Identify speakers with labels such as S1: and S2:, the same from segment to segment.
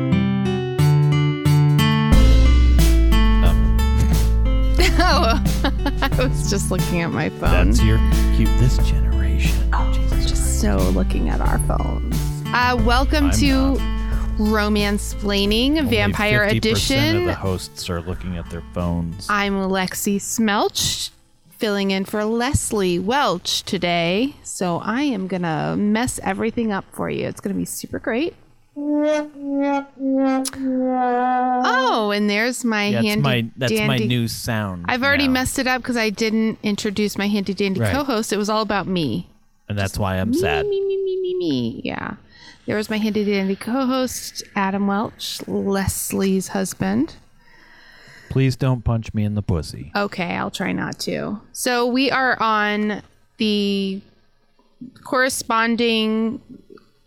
S1: Oh, I was just looking at my phone.
S2: That's your cute. This generation.
S1: just so looking at our phones. Uh, welcome
S2: I'm
S1: to Romance Splaining
S2: Only
S1: Vampire
S2: 50% Of
S1: Edition.
S2: the hosts are looking at their phones.
S1: I'm Lexi Smelch, filling in for Leslie Welch today. So I am going to mess everything up for you. It's going to be super great. Oh, and there's my
S2: yeah, that's
S1: handy
S2: my that's
S1: dandy.
S2: my new sound.
S1: I've already
S2: now.
S1: messed it up because I didn't introduce my handy dandy
S2: Right.
S1: co-host. It was all about me.
S2: and that's why I'm
S1: Me,
S2: sad.
S1: Me, me, me, me, me. Yeah. There was my handy dandy co host, Adam Welch, Leslie's husband.
S2: Please don't punch me in the pussy.
S1: Okay, I'll try not to. So we are on the corresponding,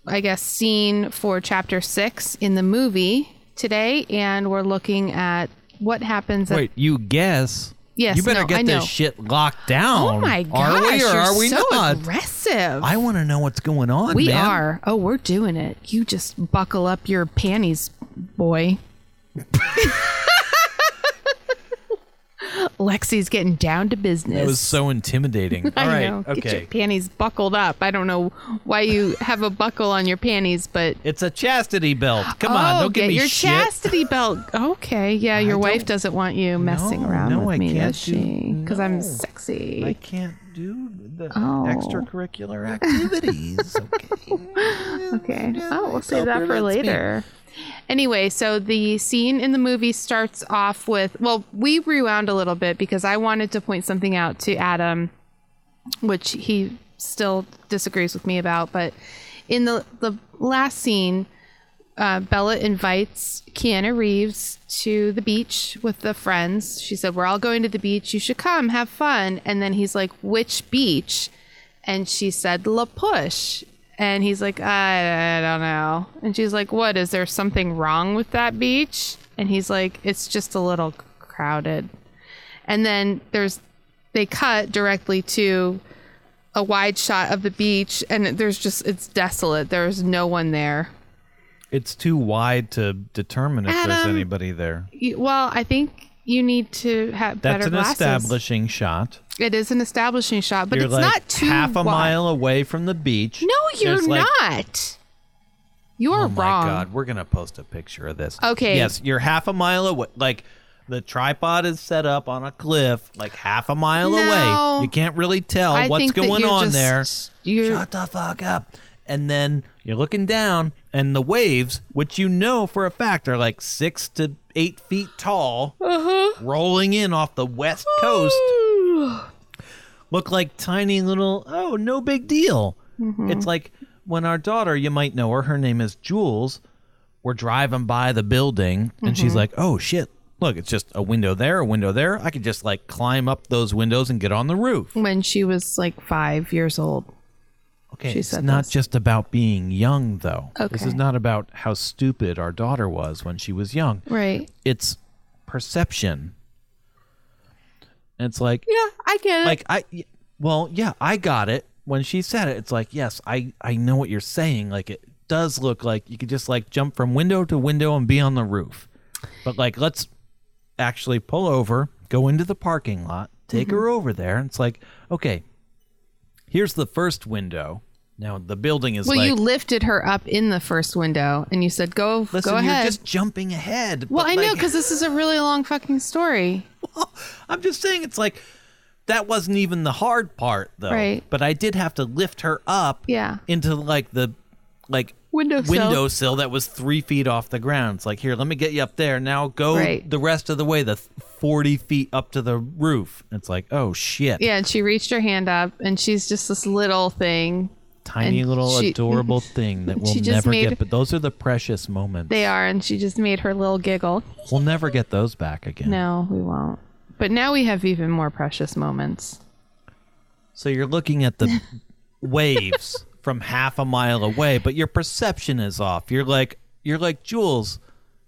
S1: I guess, scene for chapter six in the movie today, and we're looking at what happens at
S2: Wait, you guess?
S1: Uh, Yes,
S2: You better
S1: no,
S2: get
S1: I know.
S2: this shit locked down.
S1: Oh my
S2: um, Are
S1: gosh,
S2: we or
S1: you're
S2: are we
S1: so
S2: not?
S1: aggressive.
S2: I want to know what's going on.
S1: we
S2: man.
S1: are. Oh, we're doing it. You just buckle up your panties, boy. Lexi's getting down to business.
S2: That was so intimidating. All
S1: I
S2: right,
S1: know. Get your
S2: okay.
S1: panties buckled up. I don't know why you have a buckle on your panties, but
S2: It's a chastity belt. Come
S1: oh,
S2: on, don't
S1: get
S2: give me
S1: your
S2: shit.
S1: chastity belt. Okay, yeah, your wife
S2: don't-
S1: doesn't want you messing
S2: No,
S1: around
S2: no,
S1: with
S2: I
S1: me,
S2: can't
S1: does
S2: do-
S1: she? Because
S2: no.
S1: I'm sexy.
S2: I can't do the
S1: Oh.
S2: extracurricular activities. Okay.
S1: Okay. Oh, we'll
S2: it's
S1: save that
S2: over,
S1: for
S2: that's me.
S1: later. Anyway, so the scene in the movie starts off with well, we rewound a little bit because I wanted to point something out to Adam, which he still disagrees with me about. But in the the last scene, uh, Bella invites Keanu Reeves to the beach with the friends. She said, "We're all going to the beach. You should come, have fun." And then he's like, "Which beach?" And she said, "La Push." And he's like, I, I don't know. And she's like, What? Is there something wrong with that beach? And he's like, It's just a little crowded. And then there's, they cut directly to a wide shot of the beach, and there's just, it's desolate. There's no one there.
S2: It's too wide to determine if there's
S1: Adam,
S2: anybody there.
S1: You- Well, I think you need to have
S2: That's
S1: better
S2: an
S1: glasses.
S2: establishing shot.
S1: It is an establishing shot, but
S2: you're
S1: it's
S2: like
S1: not too
S2: half a
S1: wide.
S2: mile away from the beach.
S1: No, you're
S2: There's like-
S1: not. You're
S2: oh
S1: wrong.
S2: my god, we're gonna post a picture of this.
S1: Okay.
S2: Yes, you're half a mile away. Like the tripod is set up on a cliff, like half a mile
S1: No.
S2: away. You can't really tell
S1: I
S2: what's
S1: think that
S2: going
S1: you're
S2: on
S1: just-
S2: there.
S1: you're-
S2: Shut the fuck up. And then you're looking down, and the waves, which you know for a fact are like six to eight feet tall, rolling in off the west coast, look like tiny little, oh, no big deal. It's like when our daughter, you might know her, her name is Jules, we're driving by the building, and she's like, oh shit. Look, it's just a window there, a window there. I could just like climb up those windows and get on the roof.
S1: When she was like five years old.
S2: Okay,
S1: She
S2: it's
S1: said
S2: not
S1: this.
S2: just about being young, though. This is
S1: Okay.
S2: not about how stupid our daughter was when she was young.
S1: Right.
S2: It's perception. And it's like,
S1: Yeah, I get it.
S2: like I, y- well, yeah, I got it when she said it. It's like, yes, I, I know what you're saying. Like it does look like you could just like jump from window to window and be on the roof, but like let's actually pull over, go into the parking lot, take her
S1: Mm-hmm.
S2: over there. And it's like, okay, here's the first window. Now the building is
S1: well,
S2: like,
S1: you lifted her up in the first window, and you said, "Go,
S2: listen,
S1: go
S2: you're
S1: ahead."
S2: just jumping ahead.
S1: well,
S2: but,
S1: I know
S2: like,
S1: because this is a really long fucking story.
S2: I'm just saying it's like that wasn't even the hard part though.
S1: Right.
S2: But I did have to lift her up
S1: Yeah.
S2: into like the like
S1: Windowsill.
S2: windowsill that was three feet off the ground. It's like here, let me get you up there. Now go
S1: Right.
S2: the rest of the way, the forty feet up to the roof. It's like, oh shit.
S1: Yeah, and she reached her hand up, and she's just this little thing.
S2: Tiny
S1: And
S2: little
S1: she-
S2: adorable thing that we'll
S1: she just
S2: never
S1: made-
S2: get but those are the precious moments.
S1: They are, and she just made her little giggle.
S2: we'll never get those back again.
S1: No, we won't. But now we have even more precious moments.
S2: So you're looking at the waves from half a mile away, but your perception is off. You're like you're like Jules,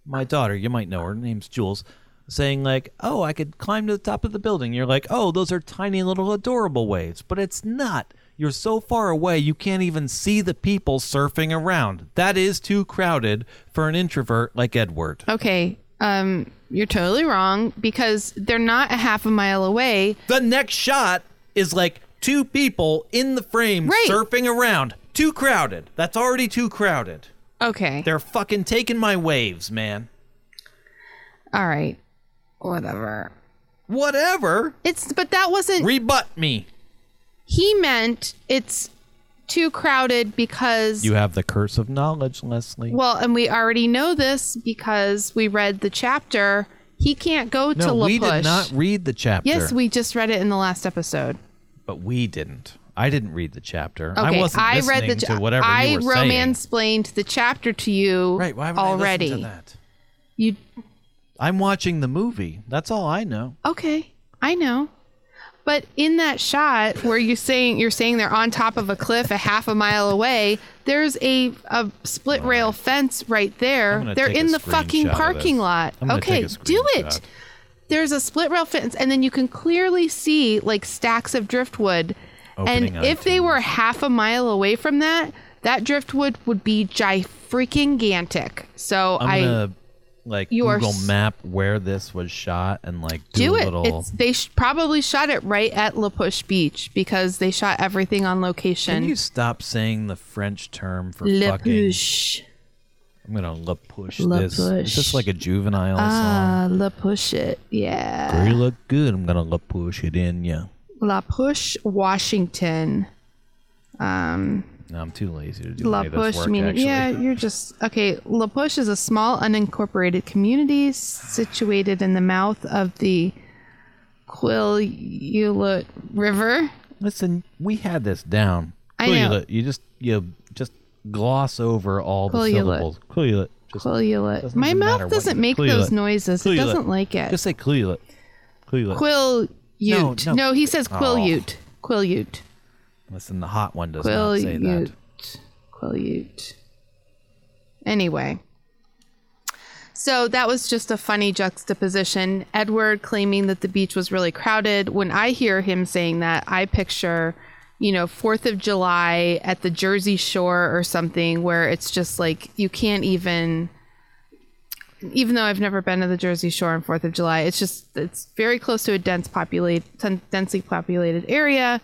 S2: my daughter, you might know her, her name's Jules, saying like, "Oh, I could climb to the top of the building." You're like, "Oh, those are tiny little adorable waves." But it's not. You're so far away, you can't even see the people surfing around. That is too crowded for an introvert like Edward.
S1: Okay, um, You're totally wrong because they're not a half a mile away.
S2: The next shot is like two people in the frame
S1: Right.
S2: surfing around. Too crowded. That's already too crowded.
S1: Okay.
S2: They're fucking taking my waves, man.
S1: All right. Whatever.
S2: Whatever.
S1: It's but that wasn't
S2: Rebut me.
S1: he meant it's too crowded because
S2: You have the curse of knowledge, Leslie.
S1: well, and we already know this because we read the chapter. He can't go to
S2: no,
S1: La
S2: we
S1: Push.
S2: did not read the chapter.
S1: yes, we just read it in the last episode.
S2: But we didn't. I didn't read the chapter.
S1: Okay,
S2: I wasn't listening
S1: read the
S2: to whatever
S1: I
S2: you were saying.
S1: romance-plained the chapter to you
S2: Right? Why would
S1: already.
S2: I listen to that?
S1: You
S2: I'm watching the movie. That's all I know.
S1: okay? I know, but in that shot where you saying you're saying they're on top of a cliff a half a mile away, there's a a split rail fence right
S2: I'm
S1: there.
S2: gonna
S1: They're
S2: take a
S1: in the
S2: screenshot
S1: fucking
S2: of this.
S1: parking lot.
S2: I'm gonna
S1: Okay,
S2: take a
S1: do it.
S2: screenshot.
S1: There's a split rail fence, and then you can clearly see like stacks of driftwood.
S2: Opening
S1: and if they
S2: iTunes.
S1: were half a mile away from that, that driftwood would be gi freaking gantic. So
S2: I'm
S1: I
S2: gonna like
S1: You are
S2: Google
S1: s-
S2: Map where this was shot and like do,
S1: do
S2: a
S1: it.
S2: little.
S1: It's, they sh- probably shot it right at La Push Beach because they shot everything on
S2: Can
S1: location.
S2: you stop saying the French term for
S1: La
S2: fucking?
S1: Push.
S2: I'm gonna la push
S1: La
S2: this. It's
S1: push.
S2: just like a juvenile song.
S1: Uh, La Push it. Yeah.
S2: You look good. I'm gonna la push it in ya.
S1: La Push, Washington.
S2: No, I'm too lazy to do
S1: La
S2: any of this
S1: Push
S2: work.
S1: meaning
S2: actually.
S1: yeah, you're just okay. La Push is a small unincorporated community situated in the mouth of the Quillulet River.
S2: Listen, we had this down.
S1: I know.
S2: Quillulet. You just you just gloss over all the
S1: Quillulet.
S2: syllables. Quillulet. Just,
S1: Quillulet.
S2: Doesn't
S1: My
S2: even
S1: mouth
S2: matter what
S1: doesn't
S2: you-
S1: make
S2: Quillulet.
S1: those noises. It
S2: Quillulet.
S1: doesn't like it.
S2: just say Quillulet. Quillulet.
S1: Quilute.
S2: No,
S1: No,
S2: no.
S1: he says
S2: Oh.
S1: Quilute. Quilute.
S2: Listen, the hot one does not say that.
S1: Quilute. Quilute. Anyway. So that was just a funny juxtaposition. Edward claiming that the beach was really crowded. When I hear him saying that, I picture, you know, 4th of July at the Jersey Shore or something where it's just like you can't even even though I've never been to the Jersey Shore on Fourth of July, it's just it's very close to a dense populated, densely populated area,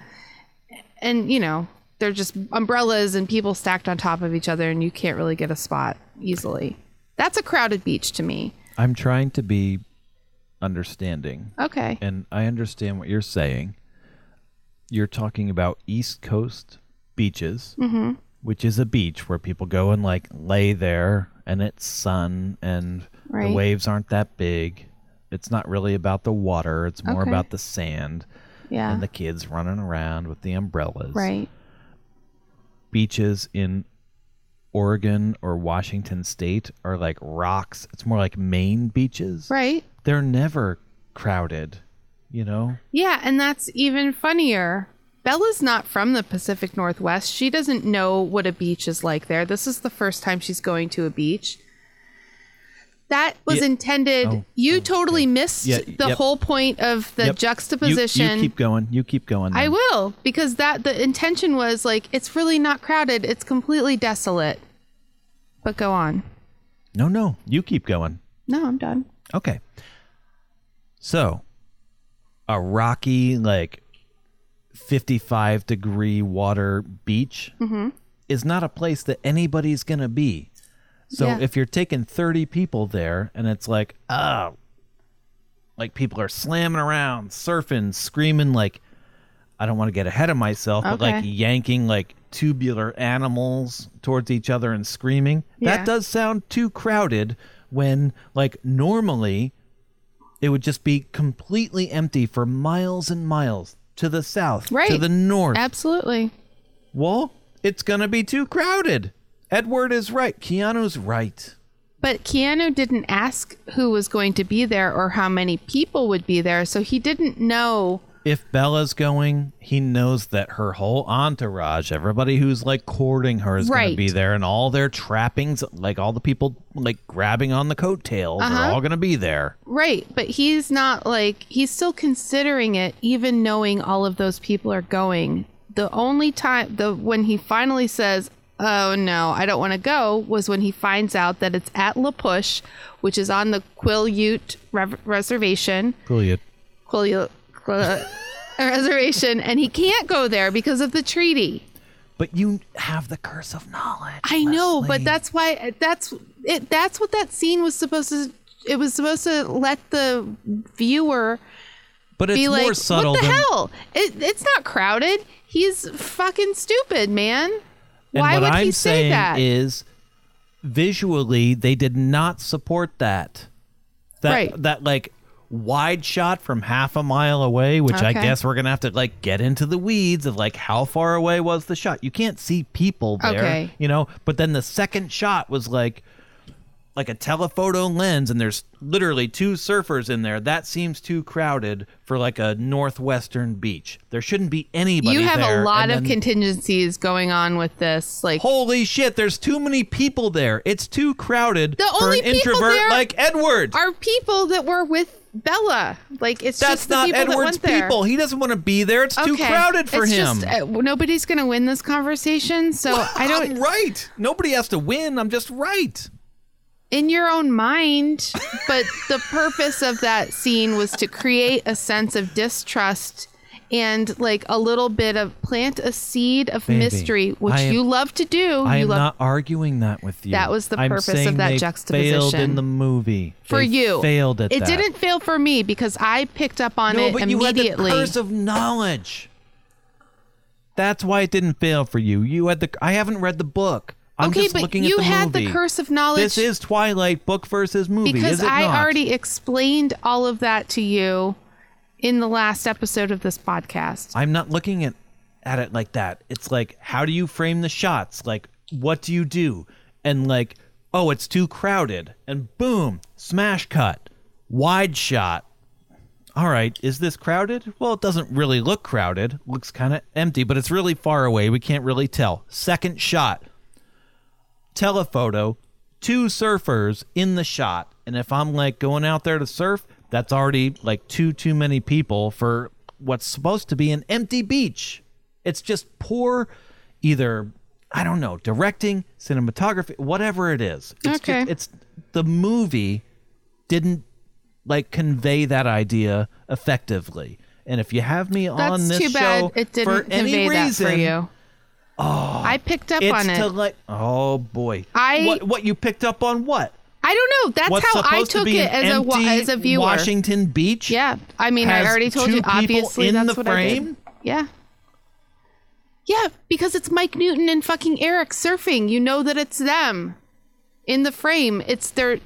S1: and you know they're just umbrellas and people stacked on top of each other, and you can't really get a spot easily. That's a crowded beach to me.
S2: I'm trying to be understanding,
S1: Okay,
S2: and I understand what you're saying. You're talking about East Coast beaches,
S1: Mm-hmm.
S2: which is a beach where people go and like lay there, and it's sun, and
S1: Right.
S2: the waves aren't that big. It's not really about the water; it's more
S1: Okay.
S2: about the sand
S1: yeah,
S2: and the kids running around with the umbrellas.
S1: right.
S2: beaches in Oregon or Washington State are like rocks. It's more like main beaches.
S1: Right.
S2: They're never crowded, you know?
S1: Yeah, and that's even funnier. Bella's not from the Pacific Northwest. She doesn't know what a beach is like there. This is the first time she's going to a beach. That was
S2: Yeah.
S1: intended.
S2: Oh,
S1: you totally missed
S2: Yeah,
S1: the
S2: yep.
S1: whole point of the
S2: Yep. You-
S1: juxtaposition.
S2: You, keep going. You keep going.
S1: I
S2: then.
S1: will because that the intention was like it's really not crowded. It's completely desolate. But go on.
S2: No, no. You keep going.
S1: No, I'm done.
S2: Okay. So, a rocky, like 55 degree water beach
S1: Mm-hmm.
S2: is not a place that anybody's going to be. So,
S1: Yeah.
S2: if you're taking 30 people there and it's like, oh, like people are slamming around, surfing, screaming, like, I don't want to get ahead of myself, but like
S1: Okay.
S2: yanking like tubular animals towards each other and screaming.
S1: Yeah.
S2: That does sound too crowded when like normally it would just be completely empty for miles and miles to the south, to
S1: Right.
S2: the north.
S1: Absolutely.
S2: well, it's going to be too crowded. Edward is right. Keanu's right.
S1: But Keanu didn't ask who was going to be there or how many people would be there, so he didn't know.
S2: If Bella's going, he knows that her whole entourage, everybody who's like courting her, is going
S1: Right.
S2: to be there, and all their trappings, like all the people like grabbing on the coattails,
S1: Uh-huh.
S2: are all going to be there.
S1: Right, but he's not like he's still considering it even knowing all of those people are going. The only time the when he finally says oh no, I don't want to go was when he finds out that it's at La Push, which is on the Quileute Rev- Reservation.
S2: Cool, you.
S1: Quileute Quil- Reservation, and he can't go there because of the treaty.
S2: But you have the curse of knowledge.
S1: I know,
S2: Leslie.
S1: but that's why that's it. That's what that scene was supposed to. It was supposed to let the viewer
S2: but it's
S1: be like,
S2: more subtle
S1: "What the
S2: than
S1: hell? It, it's not crowded. He's fucking stupid, man.
S2: And
S1: Why
S2: what
S1: would
S2: I'm
S1: he say
S2: saying
S1: that?
S2: is, visually, they did not support that. That
S1: Right.
S2: that like wide shot from half a mile away, which I
S1: Okay.
S2: guess we're gonna have to like get into the weeds of like how far away was the shot. You can't see people there,
S1: Okay.
S2: you know. But then the second shot was like like a telephoto lens and there's literally two surfers in there that seems too crowded for like a northwestern beach there shouldn't be anybody
S1: you have
S2: there,
S1: a lot
S2: and
S1: of
S2: then-
S1: contingencies going on with this. Like,
S2: Holy shit, there's too many people there. It's too crowded
S1: The
S2: for
S1: only
S2: an
S1: people
S2: introvert
S1: there
S2: like Edward.
S1: are people that were with Bella? Like, it's
S2: That's
S1: just the
S2: not
S1: people that
S2: Edward's
S1: went there.
S2: people. He doesn't want to be there. It's too crowded for
S1: it's
S2: him.
S1: Just, uh, nobody's gonna win this conversation, so I don't.
S2: I'm right. Nobody has to win. I'm just right.
S1: in your own mind, but the purpose of that scene was to create a sense of distrust and like a little bit of plant a seed of
S2: Baby,
S1: mystery, which
S2: I am-
S1: you love to do.
S2: I
S1: you
S2: am
S1: love
S2: not arguing that with you.
S1: That was the
S2: I'm
S1: purpose of
S2: saying
S1: that
S2: they Failed in
S1: juxtaposition.
S2: the movie
S1: for
S2: They
S1: you.
S2: Failed at
S1: it.
S2: that.
S1: didn't fail for me because I picked up on
S2: No,
S1: it
S2: but you had the
S1: immediately.
S2: curse of knowledge. That's why it didn't fail for you. You had the. I haven't read the book. I'm
S1: okay,
S2: just
S1: but
S2: looking
S1: you
S2: at the
S1: had
S2: movie.
S1: the curse of knowledge
S2: This is Twilight book versus movie.
S1: because
S2: is it
S1: I
S2: not?
S1: already explained all of that to you in the last episode of this podcast.
S2: I'm not looking at at it like that. It's like how do you frame the shots? Like what do you do? And like oh, it's too crowded. And boom, smash cut, wide shot. All right, is this crowded? Well, it doesn't really look crowded. Looks kind of empty, but it's really far away. We can't really tell. Second shot. Telephoto, two surfers in the shot. And if I'm like going out there to surf, that's already like too too many people for what's supposed to be an empty beach. It's just poor either I don't know, directing, cinematography, whatever it is. It's
S1: Okay.
S2: just, it's the movie didn't like convey that idea effectively. And if you have me
S1: That's
S2: on this
S1: too bad
S2: show
S1: it didn't
S2: for any
S1: convey
S2: reason,
S1: that for you. Oh, I picked up
S2: it's
S1: on it.
S2: to like oh boy,
S1: I-
S2: what what you picked up on what?
S1: I don't know. That's
S2: What's
S1: how I
S2: supposed to
S1: took
S2: be
S1: it
S2: an
S1: as a wa-
S2: empty
S1: as a viewer.
S2: Washington Beach.
S1: yeah, I mean, I
S2: has
S1: already told
S2: two
S1: you.
S2: people
S1: Obviously,
S2: in
S1: that's
S2: the
S1: what I did.
S2: frame?
S1: Yeah, yeah, because it's Mike Newton and fucking Eric surfing. You know that it's them in the frame. It's their.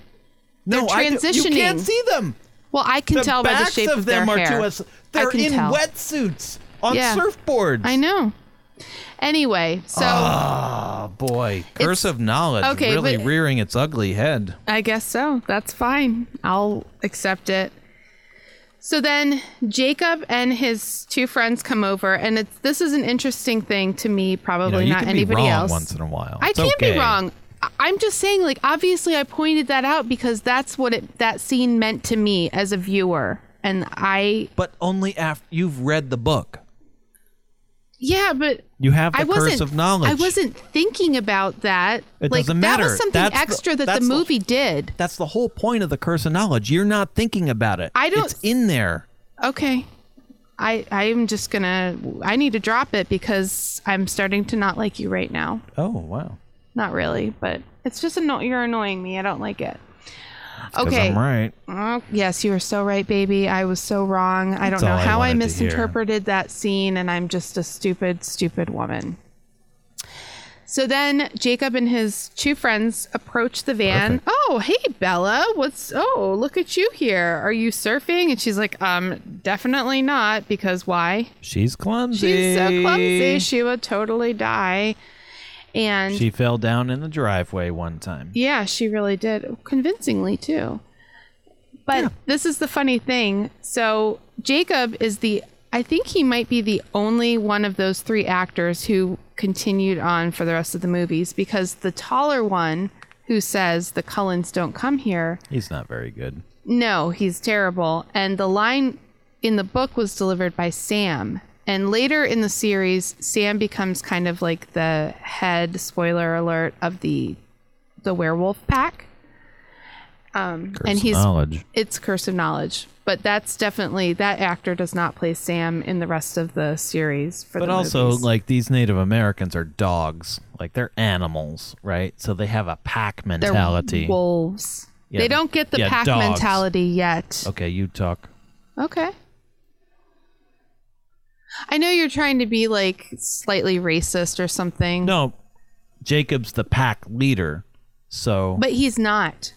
S2: no, I do- you can't
S1: transitioning.
S2: see them.
S1: Well, I can
S2: The
S1: tell by
S2: backs
S1: the shape
S2: of,
S1: of,
S2: them
S1: their
S2: are
S1: hair.
S2: to us. They're
S1: I can
S2: in
S1: tell.
S2: wetsuits on
S1: Yeah.
S2: surfboards.
S1: I know. Anyway, so
S2: Oh boy,
S1: It's-
S2: curse of knowledge
S1: okay,
S2: really
S1: but-
S2: rearing its ugly head.
S1: I guess so. That's fine. I'll accept it. So then Jacob and his two friends come over, and it's this is an interesting thing to me,
S2: You, know,
S1: probably
S2: you
S1: not
S2: can be
S1: anybody
S2: wrong
S1: else.
S2: once in a while.
S1: I
S2: It's
S1: can't
S2: okay.
S1: be wrong. I- I'm just saying, like obviously, I pointed that out because that's what it, that scene meant to me as a viewer, and I
S2: but only after you've read the book.
S1: yeah, but
S2: You have the
S1: I wasn't
S2: curse of knowledge.
S1: I wasn't thinking about that.
S2: It
S1: like
S2: doesn't
S1: that
S2: matter.
S1: was something
S2: That's the-
S1: extra that
S2: that's
S1: the
S2: the-
S1: movie did.
S2: That's the whole point of the curse of knowledge. You're not thinking about it.
S1: I don't-
S2: It's in there.
S1: Okay. I I'm just gonna I need to drop it because I'm starting to not like you right now.
S2: Oh wow.
S1: Not really, but it's just anno- you're annoying me. I don't like it.
S2: 'Cause
S1: Okay.
S2: I'm right.
S1: Oh, yes, you were so right, baby. I was so wrong. I don't
S2: all
S1: know
S2: I
S1: how I,
S2: wanted to hear.
S1: misinterpreted that scene, and I'm just a stupid, stupid woman. So then Jacob and his two friends approach the van. Oh, hey, Bella. What's, oh, look at you here. Are you surfing? And she's like, um, definitely not, because why?
S2: She's clumsy.
S1: She's so clumsy. She would totally die. And
S2: She fell down in the driveway one time.
S1: yeah, she really did. Convincingly, too. But this is the funny thing. So, Jacob is the, I think he might be the only one of those three actors who continued on for the rest of the movies because the taller one who says the Cullens don't come here,
S2: He's not very good.
S1: no, he's terrible. And the line in the book was delivered by Sam. And later in the series, Sam becomes kind of like the head spoiler alert of the the werewolf pack. Um, and he's
S2: knowledge.
S1: it's curse of knowledge, but that's definitely that actor does not play Sam in the rest of the series. For
S2: But
S1: the
S2: also,
S1: movies.
S2: like these Native Americans are dogs, like they're animals, right? So they have a pack
S1: they're
S2: mentality.
S1: wolves.
S2: Yeah,
S1: They don't get the
S2: yeah,
S1: pack
S2: dogs.
S1: mentality yet.
S2: okay, you talk.
S1: Okay. I know you're trying to be like slightly racist or something.
S2: No, Jacob's the pack leader. So
S1: But he's not.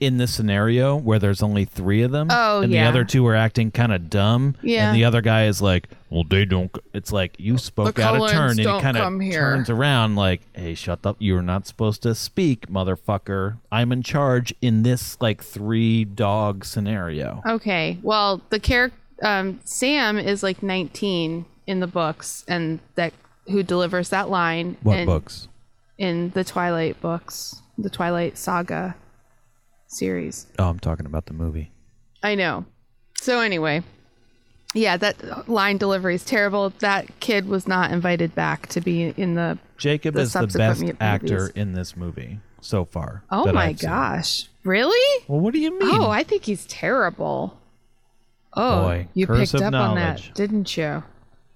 S2: in this scenario where there's only three of them,
S1: Oh,
S2: and
S1: yeah.
S2: the other two are acting kind of dumb,
S1: Yeah.
S2: and the other guy is like, "Well, they don't." c-" It's like you spoke out of
S1: Cullens
S2: turn, and he
S1: don't
S2: kind
S1: come
S2: of
S1: here.
S2: turns around like, "Hey, shut up! You're not supposed to speak, motherfucker. I'm in charge in this like three dog scenario."
S1: Okay. Well, the character um, Sam is like 19 in the books, and that who delivers that line
S2: What
S1: in,
S2: books?
S1: in the Twilight books, the Twilight Saga series.
S2: Oh, I'm talking about the movie.
S1: I know. So anyway, yeah, that line delivery is terrible. That kid was not invited back to be in the.
S2: Jacob
S1: The
S2: is the
S1: subsequent
S2: best
S1: mu- movies.
S2: actor in this movie so far.
S1: Oh
S2: that
S1: my
S2: I've seen.
S1: gosh! Really?
S2: Well, what do you mean?
S1: Oh, I think he's terrible. Oh,
S2: Boy,
S1: you
S2: curse
S1: picked
S2: of
S1: up on
S2: knowledge.
S1: that, didn't you?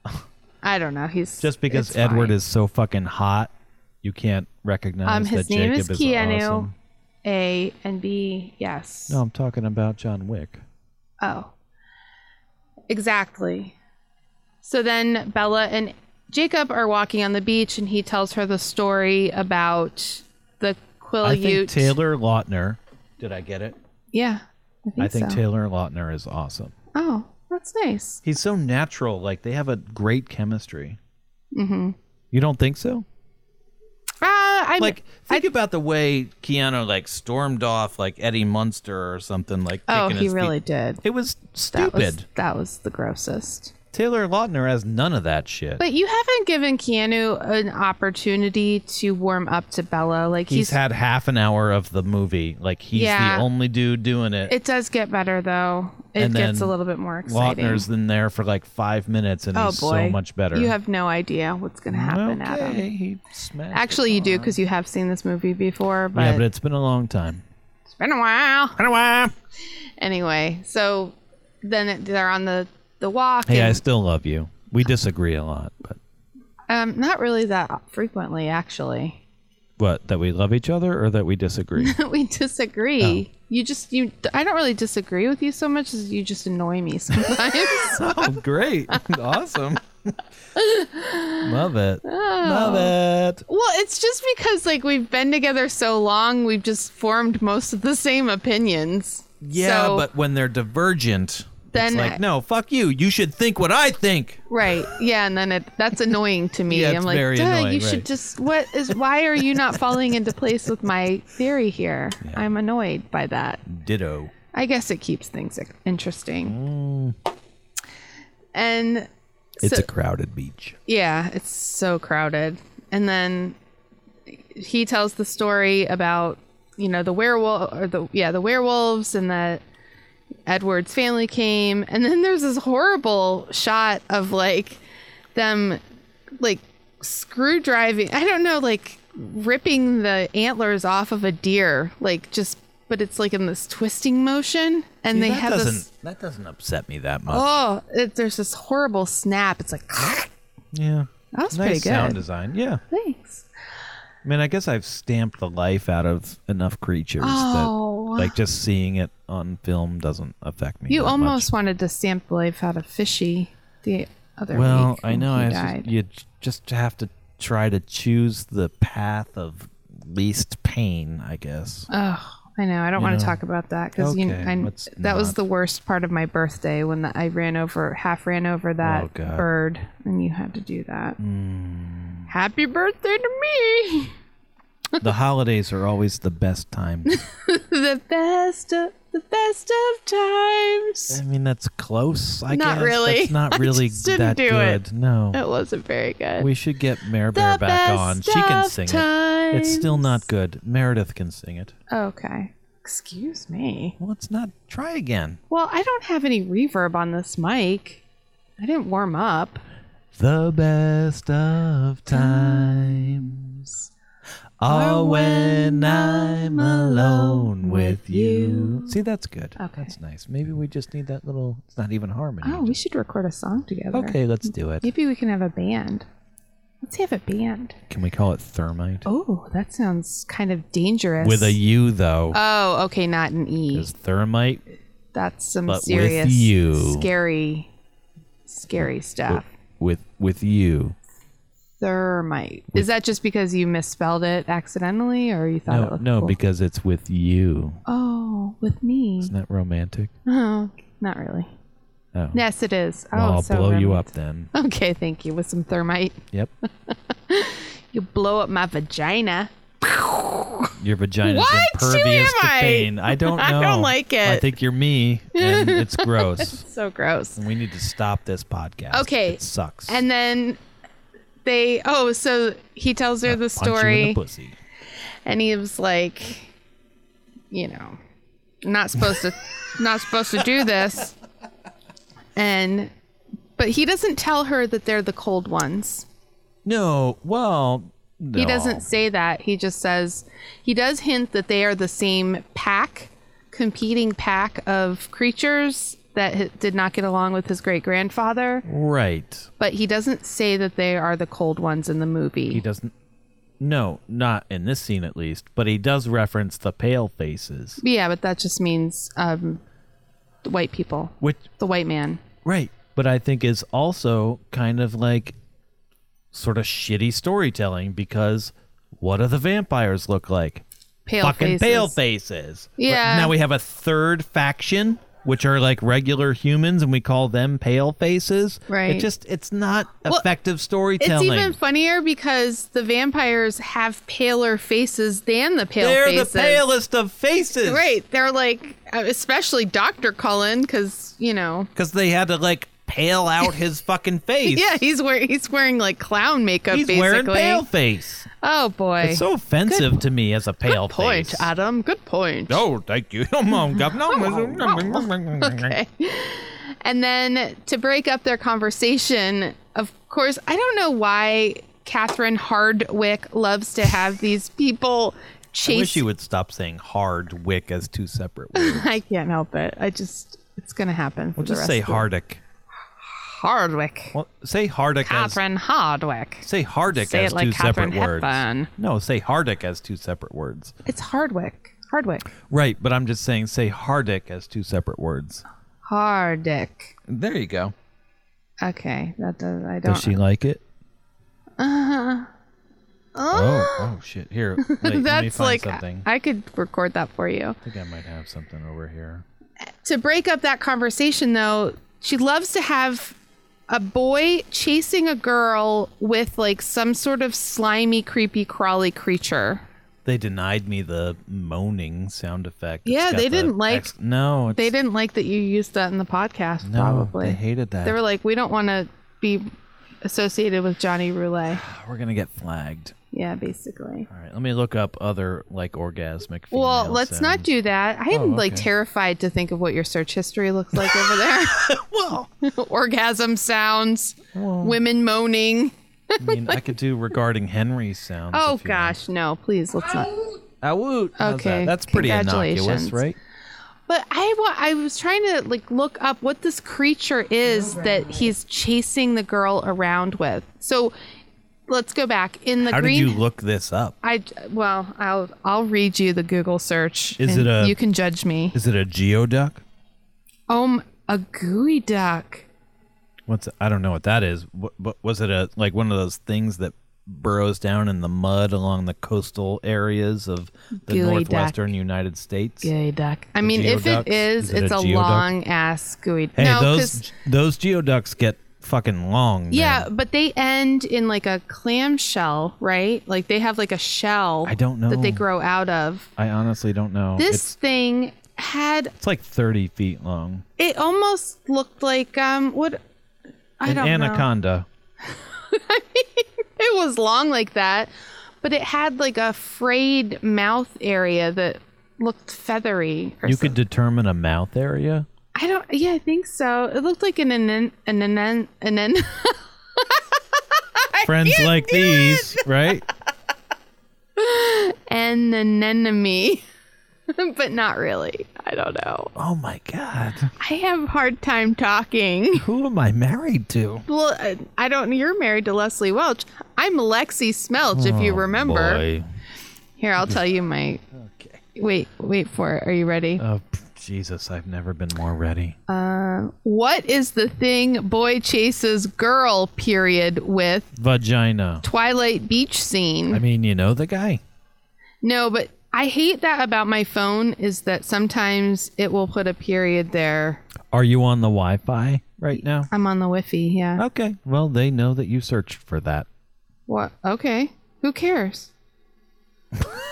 S1: I don't know. He's
S2: Just because
S1: it's
S2: Edward
S1: fine.
S2: is so fucking hot, you can't recognize
S1: Um, his
S2: that
S1: name is
S2: Jacob is,
S1: Keanu.
S2: awesome.
S1: A and B. Yes.
S2: No, I'm talking about John Wick.
S1: Oh. Exactly. So then Bella and Jacob are walking on the beach, and he tells her the story about the
S2: I think
S1: Quileute.
S2: Taylor Lautner. Did I get it?
S1: yeah, I think,
S2: I think
S1: so.
S2: Taylor Lautner is awesome.
S1: Oh, that's nice.
S2: He's so natural. Like they have a great chemistry. Mm-hmm. You don't think so?
S1: Uh, I
S2: Like think about the way Keanu like stormed off like Eddie Munster or something like.
S1: oh,
S2: kicking
S1: he
S2: his feet.
S1: really did.
S2: It was
S1: That
S2: stupid.
S1: was that was the grossest.
S2: Taylor Lautner has none of that shit.
S1: But you haven't given Keanu an opportunity to warm up to Bella. Like
S2: he's
S1: he's,
S2: had half an hour of the movie. Like he's
S1: Yeah.
S2: the only dude doing it.
S1: it does get better though. It
S2: And
S1: gets a
S2: then
S1: little bit more exciting.
S2: Lautner's in there for like five minutes, and
S1: oh
S2: he's
S1: boy,
S2: so much better.
S1: You have no idea what's going to happen,
S2: okay,
S1: Adam.
S2: he smashed.
S1: Actually, you do because you have seen this movie before, but,
S2: yeah, but it's been a long time.
S1: it's been a while.
S2: Anyway.
S1: Anyway, so then it- they're on the the walk.
S2: Hey, I
S1: and,
S2: still love you. We disagree a lot, but
S1: um, not really that frequently, actually.
S2: what? That we love each other, or that we disagree?
S1: we disagree.
S2: Oh.
S1: You just you. I don't really disagree with you so much as you just annoy me sometimes.
S2: oh, great! awesome. love it. Love it.
S1: Well, it's just because like we've been together so long, we've just formed most of the same opinions.
S2: Yeah,
S1: So-
S2: but when they're divergent,
S1: Then
S2: it's like
S1: I-
S2: no, fuck you. You should think what I think.
S1: right, yeah, and then it that's annoying to me.
S2: Yeah, it's
S1: I'm like,
S2: very
S1: duh,
S2: annoying,
S1: you should
S2: right.
S1: just what is why are you not falling into place with my theory here? I'm annoyed by that.
S2: Ditto.
S1: I guess it keeps things interesting.
S2: Mm.
S1: And
S2: It's
S1: So-
S2: a crowded beach.
S1: Yeah, it's so crowded. And then he tells the story about, you know, the werewolf or the yeah, the werewolves and that Edward's family came. And then there's this horrible shot of like them like screw driving, I don't know, like ripping the antlers off of a deer, like just but it's like in this twisting motion and they
S2: that
S1: have
S2: doesn't
S1: this
S2: that doesn't upset me that much.
S1: oh, it, there's this horrible snap. It's like "Ah,
S2: yeah,
S1: That was
S2: nice
S1: pretty good.
S2: sound design. Yeah,
S1: thanks.
S2: I mean, I guess I've stamped the life out of enough creatures
S1: Oh.
S2: that like just seeing it on film doesn't affect me.
S1: You
S2: that much.
S1: almost wanted to stamp life out of fishy the other
S2: well,
S1: week.
S2: I
S1: when
S2: know.
S1: he
S2: I
S1: died.
S2: just, you j- just have to try to choose the path of least pain, I guess.
S1: Ugh, I know. I don't want to
S2: know.
S1: talk about that because you
S2: Okay,
S1: I,
S2: let's
S1: that was
S2: not.
S1: the worst part of my birthday when the, I ran over half ran over that
S2: Oh, God. Hmm.
S1: bird, and you had to do that. Happy birthday to me!
S2: the holidays are always the best time.
S1: the best of the best of times.
S2: I mean, that's close. I
S1: Not
S2: guess.
S1: really.
S2: That's not
S1: I
S2: really
S1: just didn't
S2: that
S1: do it. Oh,
S2: good. No.
S1: It wasn't very good.
S2: We should get Mare
S1: the
S2: Bear back on. She can
S1: of
S2: sing it.
S1: times.
S2: It's still not good. Meredith can sing it.
S1: okay. Excuse me.
S2: Well, let's not try again.
S1: Well, I don't have any reverb on this mic. I didn't warm up.
S2: The best of times are when I'm alone with you. See, that's good.
S1: Okay.
S2: That's nice. Maybe we just need that little, it's not even harmony.
S1: Oh, we should record a song together.
S2: okay, let's do it.
S1: Maybe we can have a band. Let's have a band.
S2: Can we call it thermite?
S1: Oh, that sounds kind of dangerous.
S2: With a U, though.
S1: Oh, okay, not an E.
S2: Is thermite
S1: That's some
S2: but with
S1: serious,
S2: you.
S1: scary, scary stuff.
S2: with with you?
S1: Thermite. Is that just because you misspelled it accidentally, or you thought it
S2: No,
S1: looked
S2: no,
S1: cool?
S2: because it's with you.
S1: oh, with me?
S2: Isn't that romantic?
S1: Oh, not really.
S2: Oh.
S1: Yes, it is. Oh,
S2: Well, I'll
S1: so
S2: blow you
S1: romantic.
S2: up then.
S1: Okay, thank you. With some thermite,
S2: Yep.
S1: you blow up my vagina.
S2: Your vagina's
S1: What? Who am
S2: impervious to
S1: I?
S2: pain. I don't know.
S1: I don't like it.
S2: I think you're me, and it's gross.
S1: So gross.
S2: And we need to stop this podcast.
S1: Okay.
S2: It sucks.
S1: And then they. Oh, so he tells her the
S2: Punch You in
S1: story.
S2: the pussy.
S1: and he was like you know not supposed to not supposed to do this and but he doesn't tell her that they're the cold ones
S2: No, well, no.
S1: he doesn't say that he just says he does hint that they are the same pack competing pack of creatures that h- did not get along with his great grandfather
S2: Right.
S1: but he doesn't say that they are the cold ones in the movie
S2: He doesn't. No, not in this scene at least. But he does reference the pale faces,
S1: yeah but that just means um the white people
S2: which
S1: the white man
S2: right. But I think is also kind of like sort of shitty storytelling because what do the vampires look like?
S1: pale
S2: fucking
S1: Oh, faces.
S2: pale faces. But
S1: Yeah.
S2: Now we have a third faction, which are like regular humans, and we call them pale faces.
S1: Right.
S2: It just it's not
S1: Well,
S2: effective
S1: It's
S2: storytelling.
S1: even funnier because the vampires have paler faces than the pale
S2: They're
S1: faces.
S2: the palest of faces.
S1: Right. They're like, uh, especially Dr. Cullen, because, you know,
S2: Because they had to like pale out his fucking face.
S1: yeah, he's, wear- he's wearing like clown makeup,
S2: He's
S1: basically.
S2: wearing pale face.
S1: Oh, boy.
S2: It's so offensive to me as a pale
S1: Good point,
S2: face.
S1: Adam. Good point.
S2: Oh, thank you. Come on, governor.
S1: Oh, Okay. And then to break up their conversation, of course, I don't know why Catherine Hardwick loves to have these people
S2: I
S1: chase
S2: wish you would stop saying hard wick as two separate words.
S1: I can't help it. I just it's gonna happen.
S2: We'll just say hardick.
S1: Hardwick.
S2: Well, say Hardick
S1: Catherine Hardwick.
S2: as say Hardick
S1: Say
S2: as
S1: it like
S2: two
S1: Catherine
S2: separate words.
S1: Hepburn.
S2: No, say Hardick as two separate words.
S1: It's Hardwick. Hardwick.
S2: Right, but I'm just saying say Hardick as two separate words.
S1: Hardick.
S2: There you go.
S1: Okay, that does. I don't.
S2: Does she like it?
S1: Uh-huh.
S2: Oh, oh shit! Here, wait, let me
S1: Ah. that's
S2: find
S1: like
S2: something. I
S1: I could record that for you.
S2: think I might have something over here.
S1: To break up that conversation, though, she loves to have a boy chasing a girl with like some sort of slimy, creepy, crawly creature.
S2: They denied me the moaning sound effect. It's
S1: Yeah,
S2: got
S1: they
S2: the
S1: didn't like-
S2: ex- no, it's,
S1: They didn't like that you used that in the podcast.
S2: No,
S1: probably
S2: they hated that.
S1: They were like, we don't want to be associated with Johnny Roulet.
S2: we're gonna get flagged.
S1: Yeah, basically.
S2: All right, let me look up other like orgasmic.
S1: Well,
S2: female
S1: let's not
S2: sounds.
S1: do that. I am like
S2: Oh, okay.
S1: terrified to think of what your search history looks like over there.
S2: Well,
S1: Orgasm sounds, women moaning.
S2: I mean, I could do regarding Henry's sounds.
S1: Oh
S2: if you want.
S1: gosh, no, please let's not.
S2: Ah, woot. How's that?
S1: Okay,
S2: That's pretty innocuous,
S1: congratulations.
S2: right?
S1: But I, wa- I was trying to like look up what this creature is that he's chasing the girl around with. So let's go back in the
S2: How
S1: green.
S2: did you look this up?
S1: I well, I'll I'll read you the Google search.
S2: Is
S1: and
S2: it a-
S1: You can judge me.
S2: Is it a geoduck?
S1: Um, a gooey duck.
S2: What's I don't know what that is. What, what was it a like one of those things that burrows down in the mud along the coastal areas of the
S1: Gooey duck.
S2: northwestern United States?
S1: Gooey duck. I mean, if
S2: geoducks?
S1: it is,
S2: Is it
S1: it's
S2: a
S1: a,
S2: geoduck?
S1: long ass gooey.
S2: Hey,
S1: no,
S2: those
S1: 'cause-
S2: those geoducks get fucking long. man.
S1: yeah, but they end in like a clamshell, right? Like they have like a shell.
S2: I don't
S1: that they
S2: know.
S1: grow out of.
S2: I honestly don't know.
S1: This
S2: it's,
S1: thing had
S2: it's like thirty feet long.
S1: it almost looked like um what I
S2: An
S1: don't know.
S2: anaconda.
S1: it was long like that, but it had like a frayed mouth area that looked feathery. Or
S2: You
S1: something.
S2: could determine a mouth area.
S1: I don't. Yeah, I think so. It looked like an anen an anen anen.
S2: Friends like these, right?
S1: an anemone, but not really. I don't know.
S2: Oh my god.
S1: I have a hard time talking.
S2: Who am I married to?
S1: Well, I- I don't. You're married to Leslie Welch. I'm Lexi Smelch, if you remember.
S2: Oh, Boy.
S1: Here, I'll tell you my.
S2: Okay.
S1: Wait, wait for it. Are you ready?
S2: Oh pff, Jesus, I've never been more ready.
S1: Uh, What is the thing boy chases girl? Period. With
S2: Vagina.
S1: Twilight Beach scene.
S2: I mean, you know the guy.
S1: No, but I hate that about my phone is that sometimes it will put a period there.
S2: Are you on the Wi-Fi right now?
S1: I'm on the Wi-Fi, yeah.
S2: Okay. Well, they know that you searched for that.
S1: What? Okay. Who cares?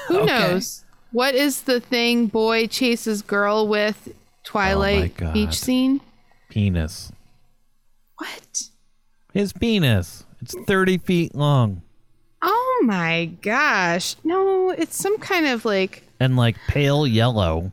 S1: Who knows? What is the thing boy chases girl with Twilight
S2: Oh God.
S1: beach scene?
S2: Penis.
S1: What?
S2: His penis. It's 30 feet long
S1: Oh my gosh. No, it's some kind of like
S2: and like pale yellow.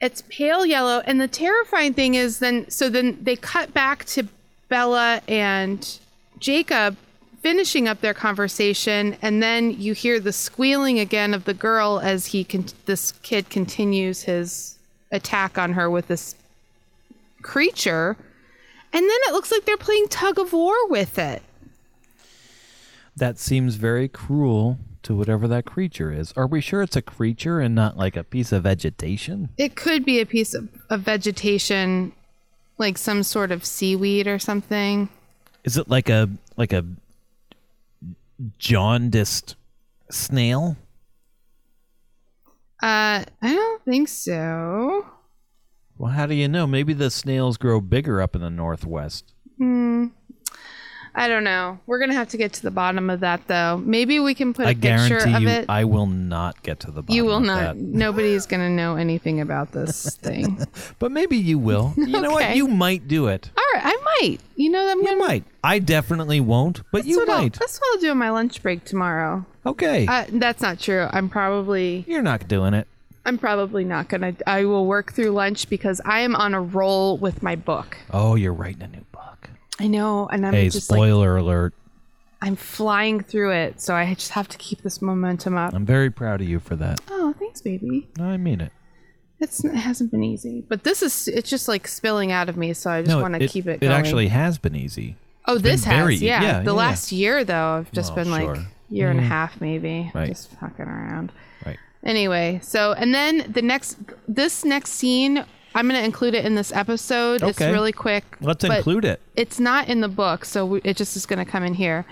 S1: it's pale yellow and the terrifying thing is then so then they cut back to bella and jacob finishing up their conversation and then you hear the squealing again of the girl as he con- this kid continues his attack on her with this creature and then it looks like they're playing tug of war with it
S2: That seems very cruel to whatever that creature is. Are we sure it's a creature and not like a piece of vegetation?
S1: it could be a piece of, of vegetation like some sort of seaweed or something
S2: Is it like a like a jaundiced snail?
S1: uh i don't think so
S2: Well, how do you know? Maybe the snails grow bigger up in the northwest.
S1: I don't know. We're gonna have to get to the bottom of that, though. Maybe we can put a
S2: I
S1: picture
S2: guarantee
S1: of
S2: you,
S1: it.
S2: I will not get to the bottom.
S1: you will
S2: of
S1: not.
S2: that.
S1: Nobody's gonna know anything about this thing. All
S2: but maybe you will. You know what?
S1: Okay.
S2: You might do it.
S1: right, I might. You know, I'm
S2: You
S1: gonna.
S2: might. I definitely won't, but
S1: That's
S2: you
S1: what I'll-
S2: might.
S1: that's what I'll do on my lunch break tomorrow.
S2: Okay.
S1: Uh, that's not true. I'm probably.
S2: You're not doing it.
S1: I'm probably not gonna. I will work through lunch because I am on a roll with my book.
S2: Oh, you're writing a new book.
S1: I know, and I'm
S2: Hey,
S1: just like
S2: spoiler alert.
S1: I'm flying through it, so I just have to keep this momentum up.
S2: I'm very proud of you for that.
S1: Oh, thanks, baby.
S2: I mean it.
S1: It's, it hasn't been easy, but this is it's just like spilling out of me, so I just want to keep it.
S2: It
S1: going.
S2: actually has been easy.
S1: oh, this
S2: been very- e-,
S1: has, yeah.
S2: yeah,
S1: the
S2: yeah,
S1: last year though, I've just
S2: Well,
S1: been like
S2: sure. Mm-hmm.
S1: year and a half, maybe,
S2: Right.
S1: just fucking around.
S2: Right.
S1: Anyway, so and then the next this next scene, I'm gonna include it in this episode. It's
S2: Okay.
S1: really quick.
S2: Let's
S1: but
S2: include it.
S1: It's not in the book, so we, it just is gonna come in here.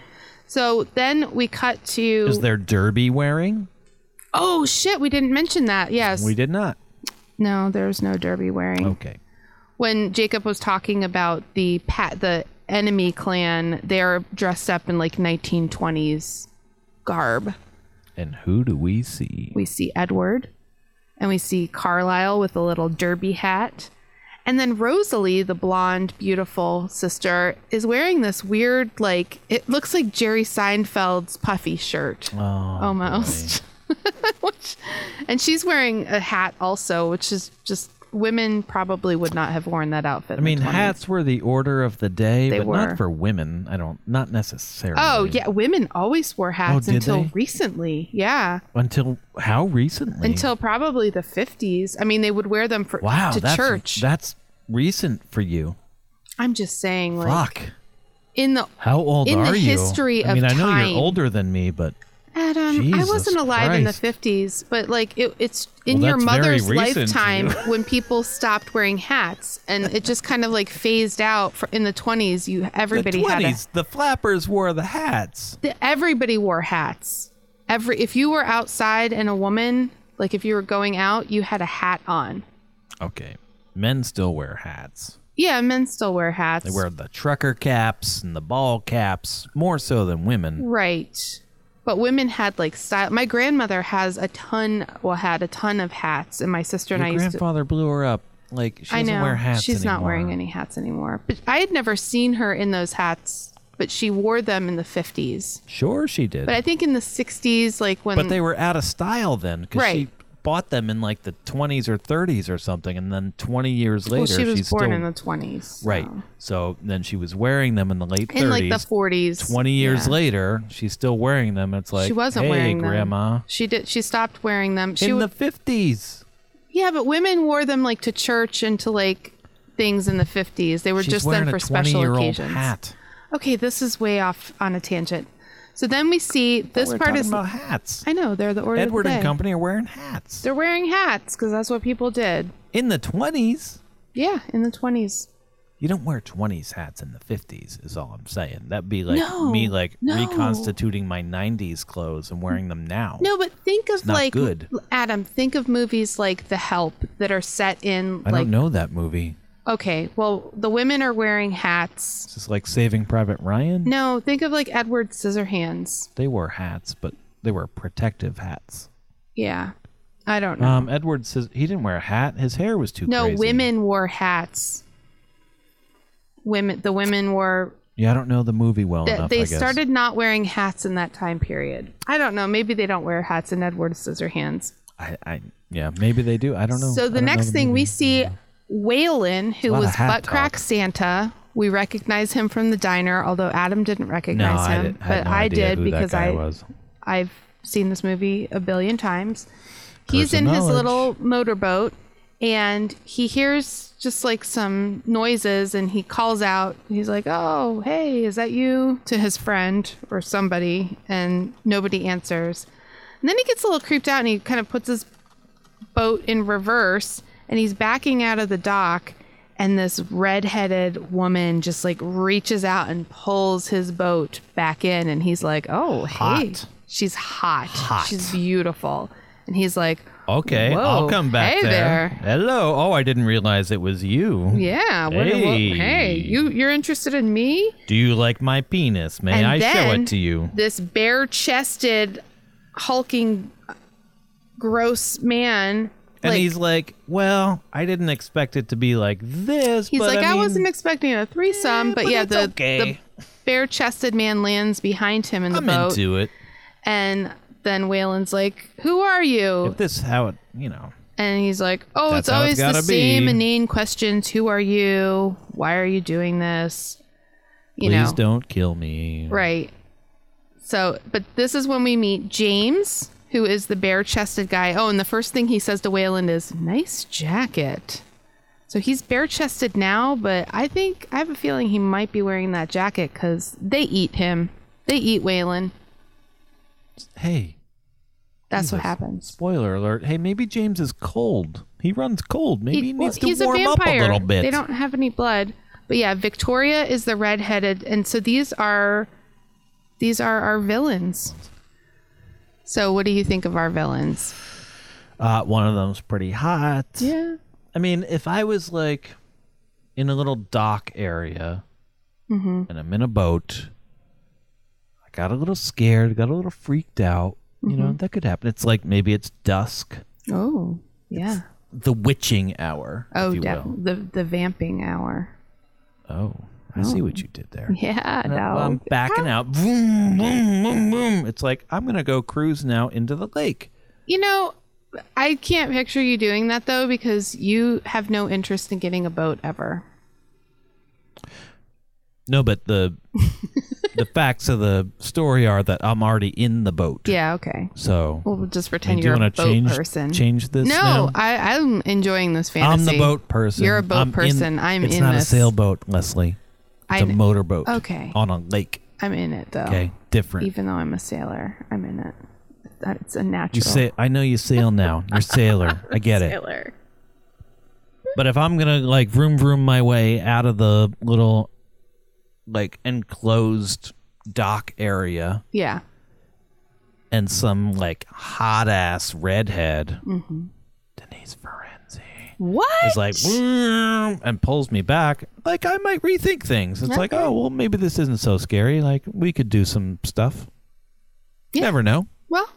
S1: So then we cut to
S2: Is there derby wearing?
S1: oh shit, we didn't mention that. Yes,
S2: We did Oh. not.
S1: no, there's no derby wearing.
S2: Okay.
S1: when Jacob was talking about the pat the enemy clan, they're dressed up in like 1920s garb.
S2: And who do we see?
S1: We see Edward, and we see Carlyle with a little derby hat, and then Rosalie, the blonde, beautiful sister, is wearing this weird like it looks like Jerry Seinfeld's puffy shirt
S2: Oh,
S1: almost. Which- and she's wearing a hat also, which is just women probably would not have worn that outfit.
S2: I mean, hats were the order of the day,
S1: They
S2: but
S1: were.
S2: not for women. I don't, not necessarily.
S1: Oh yeah, women always wore hats
S2: Oh, did
S1: until
S2: they?
S1: recently. Yeah,
S2: Until how recently?
S1: until probably the fifties. I mean, they would wear them for
S2: wow,
S1: to
S2: that's,
S1: church.
S2: That's recent for you.
S1: I'm just saying, like
S2: Fuck.
S1: in the
S2: How old
S1: in the
S2: are you?
S1: history
S2: I
S1: of
S2: mean, I know
S1: time-
S2: you're older than me, but
S1: Adam, I
S2: Jesus
S1: wasn't alive in the
S2: Christ.
S1: fifties, but like it, it's in
S2: Well,
S1: your
S2: that's very
S1: mother's
S2: recent to
S1: lifetime
S2: you.
S1: when people stopped wearing hats, and it just kind of like phased out for, in the twenties. You everybody
S2: the
S1: had a,
S2: 20s, the flappers wore the hats.
S1: the- everybody wore hats. Every if you were outside and a woman, like if you were going out, you had a hat on.
S2: Okay. Men still wear hats.
S1: Yeah, men still wear hats.
S2: They wear the trucker caps and the ball caps more so than women.
S1: right. But women had like style. My grandmother has a ton, well, had a ton of hats, and my sister and
S2: Your
S1: I used to.
S2: grandfather blew her up. Like she
S1: I
S2: doesn't
S1: know
S2: wear hats
S1: she's not
S2: anymore.
S1: wearing any hats anymore. But I had never seen her in those hats, but she wore them in the fifties.
S2: Sure, she did.
S1: But I think in the sixties, like when
S2: But they were out of style then because
S1: Right.
S2: she bought them in like the 20s or 30s or something, and then 20 years later,
S1: well, she was
S2: she's
S1: born
S2: still
S1: in the 20s.
S2: right.
S1: so.
S2: So then she was wearing them in the late 30s.
S1: In like the 40s.
S2: 20 years
S1: yeah.
S2: later, she's still wearing them. It's like
S1: She wasn't
S2: hey,
S1: wearing them.
S2: grandma.
S1: She did. She stopped wearing them. She
S2: in
S1: wa-
S2: the 50s.
S1: yeah, but women wore them like to church and to like things in the 50s. They were
S2: She's
S1: just
S2: wearing
S1: then for
S2: a
S1: special
S2: 20-year-old
S1: occasions.
S2: hat.
S1: Okay, this is way off on a tangent. So then we see this
S2: We're
S1: part
S2: talking
S1: is.
S2: about hats.
S1: I know they're the order of the
S2: Edward and
S1: day.
S2: Company are wearing hats.
S1: They're wearing hats because that's what people did.
S2: in the 20s.
S1: Yeah, in the 20s.
S2: You don't wear 20s hats in the 50s, is all I'm saying. That'd be like
S1: No,
S2: me like
S1: no.
S2: reconstituting my 90s clothes and wearing them now.
S1: No, but think of
S2: not
S1: like
S2: good.
S1: Adam. Think of movies like The Help that are set in
S2: I
S1: like
S2: don't know that movie.
S1: okay, well the women are wearing hats.
S2: It's just like Saving Private Ryan.
S1: No, think of like Edward Scissorhands.
S2: They wore hats, but they were protective hats.
S1: Yeah, I don't know.
S2: Um, Edward says he didn't wear a hat. His hair was too
S1: no,
S2: crazy.
S1: women wore hats. Women, the women wore.
S2: Yeah, I don't know the movie well
S1: th-
S2: enough. I
S1: they
S2: guess.
S1: started not wearing hats in that time period. I don't know. Maybe they don't wear hats in Edward Scissorhands.
S2: I, I, yeah, maybe they do. I don't know.
S1: So
S2: I
S1: the
S2: don't know
S1: next thing we
S2: movie.
S1: see Waylon, who
S2: lot of
S1: was
S2: hat
S1: butt crack
S2: talk.
S1: Santa. We recognize him from the diner, although Adam didn't
S2: No,
S1: recognize
S2: I
S1: him.
S2: didn't, I had
S1: but
S2: no
S1: I
S2: idea
S1: did
S2: who
S1: because
S2: that guy
S1: I
S2: was.
S1: I've seen this movie a billion times. He's
S2: Person
S1: in his
S2: knowledge.
S1: little motorboat and he hears just like some noises and he calls out. He's like, Oh, hey, is that you? to his friend or somebody. And nobody answers. And then he gets a little creeped out and he kind of puts his boat in reverse and he's backing out of the dock. And this redheaded woman just like reaches out and pulls his boat back in. And he's like, Oh, hey.
S2: Hot.
S1: She's hot.
S2: Hot.
S1: She's beautiful. And he's like,
S2: Okay, I'll
S1: Whoa,
S2: come back
S1: hey
S2: there.
S1: there.
S2: Hello. Oh, I didn't realize it was you.
S1: Yeah. What, hey. What,
S2: Hey.
S1: hey, you you're interested in me?
S2: Do you like my penis? May
S1: And
S2: I show
S1: then
S2: it to you?
S1: This bare-chested, hulking, gross man.
S2: And
S1: like,
S2: he's like, "Well, I didn't expect it to be like this."
S1: he's
S2: but
S1: like, I,
S2: mean,
S1: wasn't expecting a threesome, but,
S2: but
S1: yeah,
S2: it's
S1: the,
S2: okay.
S1: the bare-chested man lands behind him in the
S2: I'm
S1: boat,
S2: into it.
S1: and then Waylon's like, "Who are you?"
S2: If this how it, you know.
S1: And he's like, "Oh,
S2: That's
S1: it's
S2: how it's
S1: always the
S2: gotta be."
S1: same inane questions. Who are you? Why are you doing this? You know,
S2: Please don't kill me.
S1: right? So, but this is when we meet James, who is the bare-chested guy. Oh, and the first thing he says to Wayland is, "Nice jacket." So he's bare-chested now, but I think I have a feeling he might be wearing that jacket because they eat him. They eat Waylon.
S2: Hey,
S1: That's what
S2: Jesus.
S1: happens.
S2: spoiler alert. Hey, maybe James is cold. He runs cold. Maybe he,
S1: He-
S2: needs
S1: well, he's
S2: to warm
S1: a
S2: up a
S1: vampire.
S2: little bit.
S1: They don't have any blood. But yeah, Victoria is the redheaded, and so these are these are our villains. So what do you think of our villains?
S2: Uh, one of them's pretty hot.
S1: Yeah.
S2: I mean, if I was like in a little dock area and I'm in a boat, I got a little scared, got a little freaked out. You know, that could happen. It's like maybe it's dusk,
S1: Oh, yeah.
S2: the witching hour. if
S1: Oh,
S2: you
S1: def-
S2: will.
S1: the the vamping hour.
S2: Oh, I see what you did there.
S1: Yeah, no.
S2: I'm backing out. Vroom, vroom, vroom, vroom. It's like I'm gonna go cruise now into the lake.
S1: you know, I can't picture you doing that though because you have no interest in getting a boat ever.
S2: No, but the the facts of the story are that I'm already in the boat.
S1: Yeah. Okay.
S2: So
S1: We'll just
S2: I mean,
S1: pretend
S2: do you
S1: you're a
S2: want
S1: boat
S2: to change
S1: person.
S2: change this?
S1: No,
S2: now?
S1: I, I'm enjoying this
S2: I'm
S1: fantasy.
S2: the boat person.
S1: You're a boat
S2: I'm in-
S1: person. I'm
S2: it's
S1: in
S2: not
S1: this.
S2: a sailboat, Leslie. It's
S1: I
S2: a
S1: kn-
S2: motorboat.
S1: Okay. Oh,
S2: On a lake.
S1: I'm in it though.
S2: Okay. Different.
S1: Even though I'm a sailor, I'm in it. That- It's a natural
S2: you say I know you sail now. You're a sailor. I get it.
S1: sailor.
S2: But if I'm gonna like vroom vroom my way out of the little like enclosed dock area
S1: Yeah.
S2: and some like hot ass redhead
S1: Mm-hmm.
S2: Denise Ferenzi.
S1: What?
S2: is like "Vroom," and pulls me back like i might rethink things it's like oh well maybe this isn't so scary like we could do some stuff
S1: Yeah.
S2: never know
S1: well,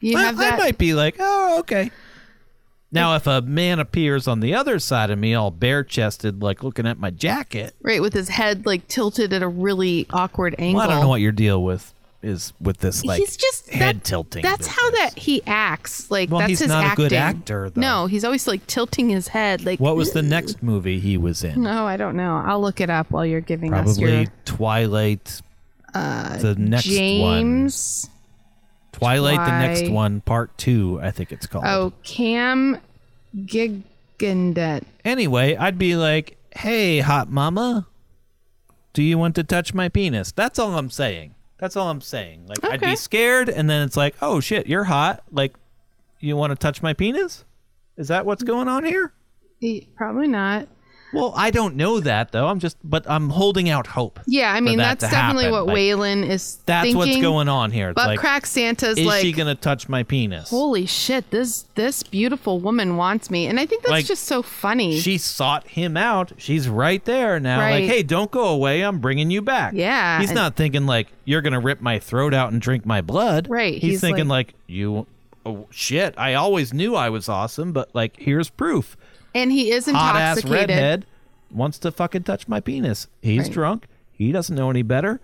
S1: you
S2: I,
S1: have
S2: I
S1: that.
S2: might be like oh okay now if a man appears on the other side of me all bare-chested like looking at my jacket
S1: Right, with his head like tilted at a really awkward angle.
S2: well, i don't know what your deal with is with this like
S1: he's just that-
S2: head tilting.
S1: That's how
S2: business.
S1: that he acts. Like
S2: Well,
S1: that's
S2: he's
S1: his
S2: not a
S1: acting.
S2: good actor, though.
S1: No, he's always like tilting his head. Like
S2: What was the next movie he was in?
S1: Oh, I don't know. I'll look it up while you're giving us
S2: Probably
S1: your
S2: Twilight. Uh, the next one,
S1: James.
S2: Twilight, the next
S1: Twi-
S2: one, Part Two, I think it's called.
S1: Oh, Cam Gigandet.
S2: Anyway, I'd be like, "Hey, hot mama, do you want to touch my penis?" That's all I'm saying. That's all I'm saying. Like, I'd
S1: Okay.
S2: be scared, and then it's like, "Oh shit, you're hot. Like, you want to touch my penis? Is that what's going on here?"
S1: He- Probably not.
S2: Well, I don't know that though. I'm just, but I'm holding out hope.
S1: Yeah, I mean
S2: that
S1: that's
S2: to
S1: definitely
S2: happen.
S1: what
S2: Like,
S1: Waylon is
S2: That's
S1: thinking.
S2: what's going on here. It's
S1: But
S2: like,
S1: crack Santa's
S2: is
S1: like,
S2: she gonna touch my penis?
S1: holy shit, this this beautiful woman wants me, and I think that's
S2: Like,
S1: just so funny.
S2: She sought him out. She's right there now.
S1: Right.
S2: Like, hey, don't go away. I'm bringing you back.
S1: Yeah,
S2: He's
S1: and-
S2: not thinking like you're gonna rip my throat out and drink my blood.
S1: Right,
S2: He's,
S1: he's
S2: thinking like, you. Oh shit! I always knew I was awesome, but like, here's proof.
S1: and he is
S2: Hot ass
S1: intoxicated.
S2: redhead wants to fucking touch my penis. He's
S1: Right.
S2: drunk. He doesn't know any better.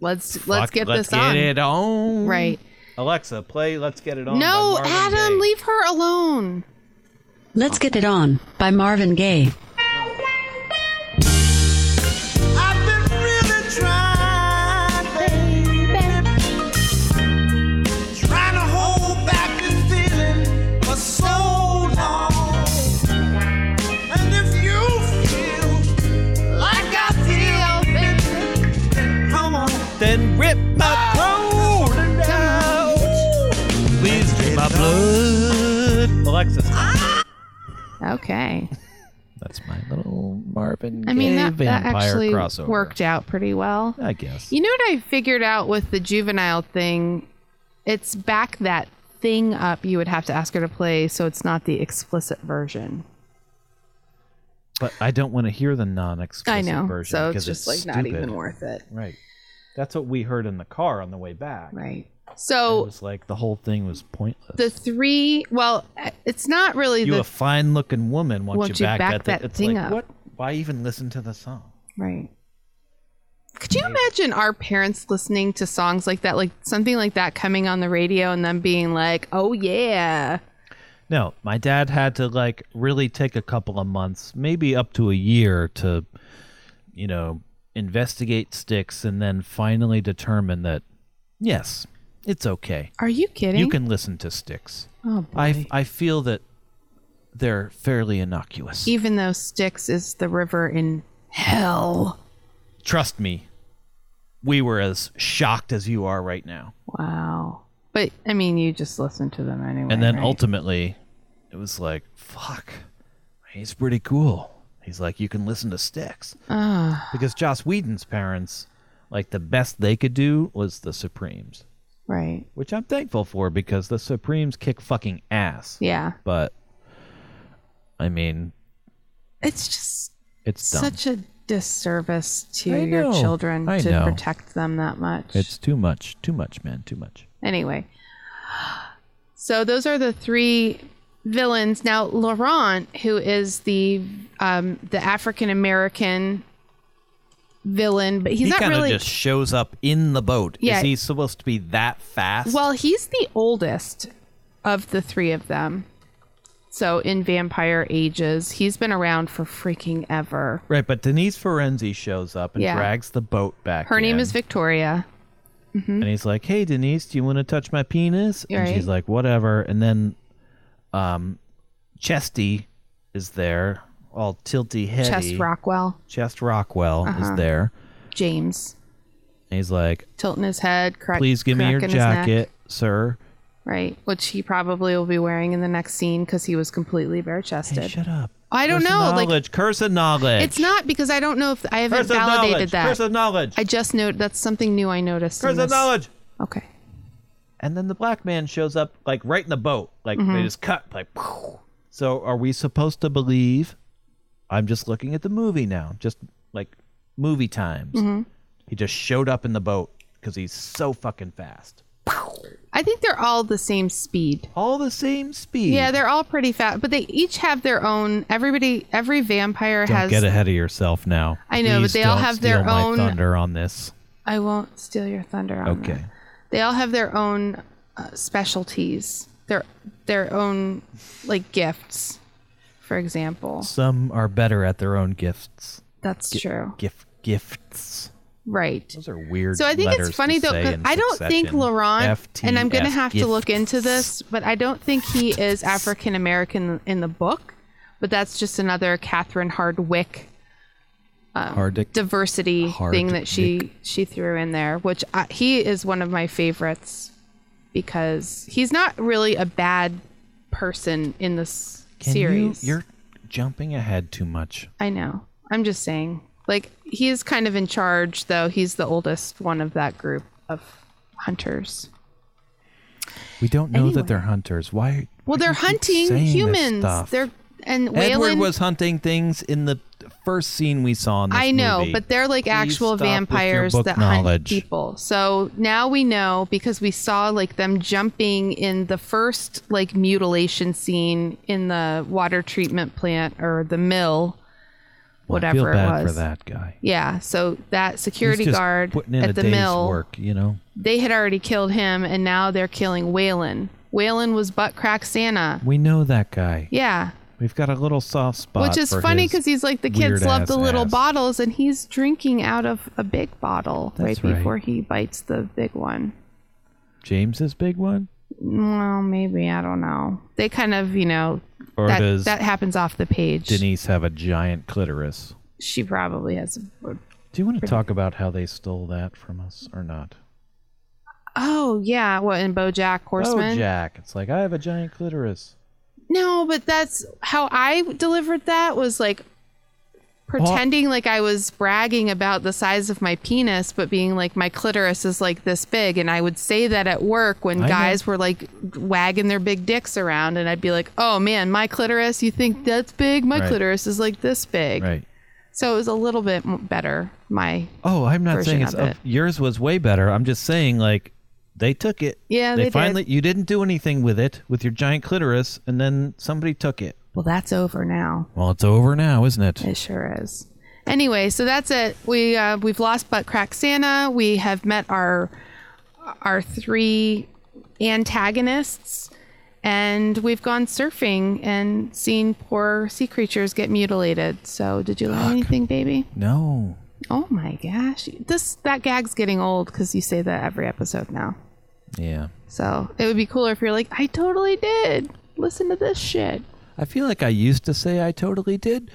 S1: Let's let's
S2: Fuck,
S1: get
S2: let's
S1: this on.
S2: Get it on.
S1: Right.
S2: Alexa, play Let's Get It On.
S1: No,
S2: by Marvin
S1: Adam,
S2: Gaye.
S1: leave her alone.
S3: Let's Get It On by Marvin Gaye.
S4: I've been really trying, baby. Trying to hold back this feeling for so long. And if you feel like I feel, baby, then come on.
S2: Then rip my throat out. Please drink my blood. Alexa, stop.
S1: Okay.
S2: That's my little Marvin Gaye
S1: I mean that, that
S2: vampire
S1: actually
S2: crossover. Uh,
S1: worked out pretty well.
S2: I guess.
S1: You know what I figured out with the juvenile thing? It's back that thing up you would have to ask her to play so it's not the explicit version.
S2: But I don't want to hear the non-explicit
S1: I know.
S2: version
S1: so it's
S2: because
S1: just like not
S2: stupid.
S1: even worth it.
S2: Right. That's what we heard in the car on the way back.
S1: Right.
S2: It
S1: So
S2: was like the whole thing was pointless.
S1: the three well it's not really
S2: you
S1: the
S2: a fine-looking woman once
S1: Won't
S2: you back, that, thing. It's
S1: thing
S2: like,
S1: up.
S2: what? Why even listen to the song?
S1: Right. Could you imagine our parents listening to songs like that, like something like that coming on the radio and them being like, oh, yeah.
S2: No, my dad had to like really take a couple of months, maybe up to a year to you know, investigate sticks and then finally determine that yes, it's okay.
S1: Are you kidding?
S2: You can listen to sticks.
S1: Oh, boy.
S2: I I feel that they're fairly innocuous.
S1: Even though Styx is the river in hell.
S2: Trust me. We were as shocked as you are right now.
S1: Wow. But, I mean, you just listen to them anyway.
S2: And then
S1: right?
S2: ultimately, it was like, fuck, he's pretty cool. He's like, you can listen to Styx.
S1: Ah.
S2: Because Joss Whedon's parents, like, the best they could do was the Supremes,
S1: Right.
S2: which I'm thankful for because the Supremes kick fucking ass.
S1: Yeah.
S2: But, I mean,
S1: It's just
S2: it's dumb.
S1: such a disservice to
S2: I
S1: your
S2: know.
S1: children
S2: I
S1: to
S2: know.
S1: protect them that much.
S2: it's too much. Too much, man. Too much.
S1: Anyway, so those are the three villains. Now Laurent, who is the um, the African American villain, but he's
S2: he
S1: not
S2: kind of
S1: really.
S2: just shows up in the boat.
S1: Yeah.
S2: Is he supposed to be that fast?
S1: well, he's the oldest of the three of them. So in vampire ages, he's been around for freaking ever.
S2: right, but Denise Ferenzi shows up and
S1: Yeah.
S2: drags the boat back.
S1: Her name
S2: in.
S1: is Victoria.
S2: And he's like, "Hey, Denise, do you want to touch my penis?" And
S1: Right.
S2: she's like, "Whatever." And then, um, Chesty is there, all tilty heady.
S1: Chess Rockwell,
S2: Chest Rockwell
S1: Uh-huh.
S2: is there,
S1: James,
S2: and he's like,
S1: tilting his head. Crack,
S2: "Please give me your
S1: cracking his neck.
S2: jacket, sir."
S1: Right, which he probably will be wearing in the next scene because he was completely bare
S2: Hey,
S1: chested.
S2: shut up.
S1: I don't
S2: Curse of
S1: know, like-
S2: Knowledge. curse of knowledge.
S1: It's not because I don't know if I haven't
S2: curse of knowledge.
S1: validated
S2: Curse
S1: that.
S2: of knowledge.
S1: I just know that's something new I noticed. in
S2: curse
S1: this.
S2: of knowledge.
S1: Okay.
S2: And then the black man shows up like right in the boat. Like
S1: Mm-hmm.
S2: they just cut like poof. So are we supposed to believe I'm just looking at the movie now, just like movie times.
S1: Mm-hmm.
S2: He just showed up in the boat cuz he's so fucking fast.
S1: I think they're all the same speed.
S2: All the same speed.
S1: Yeah, they're all pretty fat, but they each have their own. Everybody, every vampire
S2: Don't
S1: has.
S2: get ahead of yourself now.
S1: I know, but
S2: Please
S1: they all
S2: don't
S1: have their
S2: steal my
S1: own-
S2: thunder on this.
S1: I won't steal your thunder. On that.
S2: Okay.
S1: They all have their own uh, specialties, their their own like gifts. For example,
S2: Some are better at their own gifts.
S1: that's true.
S2: Gift gifts.
S1: Right.
S2: Those are weird.
S1: So I think
S2: letters
S1: it's funny
S2: to
S1: though.
S2: say
S1: 'cause
S2: in
S1: I don't think
S2: succession.
S1: Laurent,
S2: FTF
S1: and I'm going to have to look
S2: gifts.
S1: into this, but I don't think he is African American in the book. But that's just another Catherine Hardwick
S2: Hardick.
S1: diversity
S2: Hard
S1: thing that she she threw in there, which I, he is one of my favorites because he's not really a bad person in this
S2: Can
S1: series.
S2: You, are jumping ahead too much.
S1: I know. I'm just saying, like he is kind of in charge, though he's the oldest one of that group of hunters.
S2: We don't know that they're hunters. Why?
S1: Well, they're hunting
S2: saying this
S1: humans.
S2: stuff.
S1: They're and
S2: Edward
S1: Waylon.
S2: was hunting things in the first scene we saw in this
S1: I know,
S2: movie.
S1: but they're like actual
S2: stop with your
S1: vampires
S2: book
S1: that hunt
S2: knowledge.
S1: people. So now we know because we saw like them jumping in the first like mutilation scene in the water treatment plant or the mill,
S2: Well, I
S1: whatever
S2: feel bad
S1: it
S2: for
S1: was.
S2: that guy.
S1: Yeah, so that
S2: He's
S1: security
S2: just
S1: guard
S2: putting in a
S1: at the
S2: day's
S1: mill,
S2: work, you know.
S1: they had already killed him, and now they're killing Waylon. Waylon was butt crack Santa.
S2: We know that guy.
S1: Yeah,
S2: We've got a little soft spot.
S1: which is
S2: for
S1: funny
S2: his-
S1: because he's like the kids
S2: weird
S1: love
S2: ass
S1: the little
S2: ass.
S1: bottles and he's drinking out of a big bottle
S2: That's
S1: right
S2: right.
S1: before he bites the big one
S2: James's big one.
S1: well maybe i don't know they kind of you know
S2: Or
S1: that,
S2: does
S1: that happens off the page
S2: Denise have a giant clitoris?
S1: she probably has a,
S2: Do you want to talk about how they stole that from us or not?
S1: oh yeah what in bojack horseman
S2: Oh, Jack. It's like I have a giant clitoris.
S1: no but that's how i delivered that was like pretending like i was bragging about the size of my penis but being like my clitoris is like this big and i would say that at work when
S2: I know.
S1: guys were like wagging their big dicks around and i'd be like oh man my clitoris you think that's big my
S2: Right.
S1: clitoris is like this big
S2: Right.
S1: so it was a little bit m- better my
S2: Oh, I'm not
S1: Version
S2: saying it's
S1: of it.
S2: of- yours was way better. I'm just saying like they took it.
S1: Yeah, they did.
S2: finally you didn't do anything with it with your giant clitoris, and then somebody took it.
S1: well that's over now
S2: Well, it's over now, isn't it?
S1: It sure is. Anyway, so that's it. We uh, we've lost butt crack Santa. We have met our our three antagonists, and we've gone surfing and seen poor sea creatures get mutilated. So, did you learn anything, baby?
S2: No.
S1: Oh my gosh, this that gag's getting old because you say that every episode now.
S2: Yeah.
S1: So it would be cooler if you're like, I totally did. Listen to this shit.
S2: I feel like I used to say I totally did,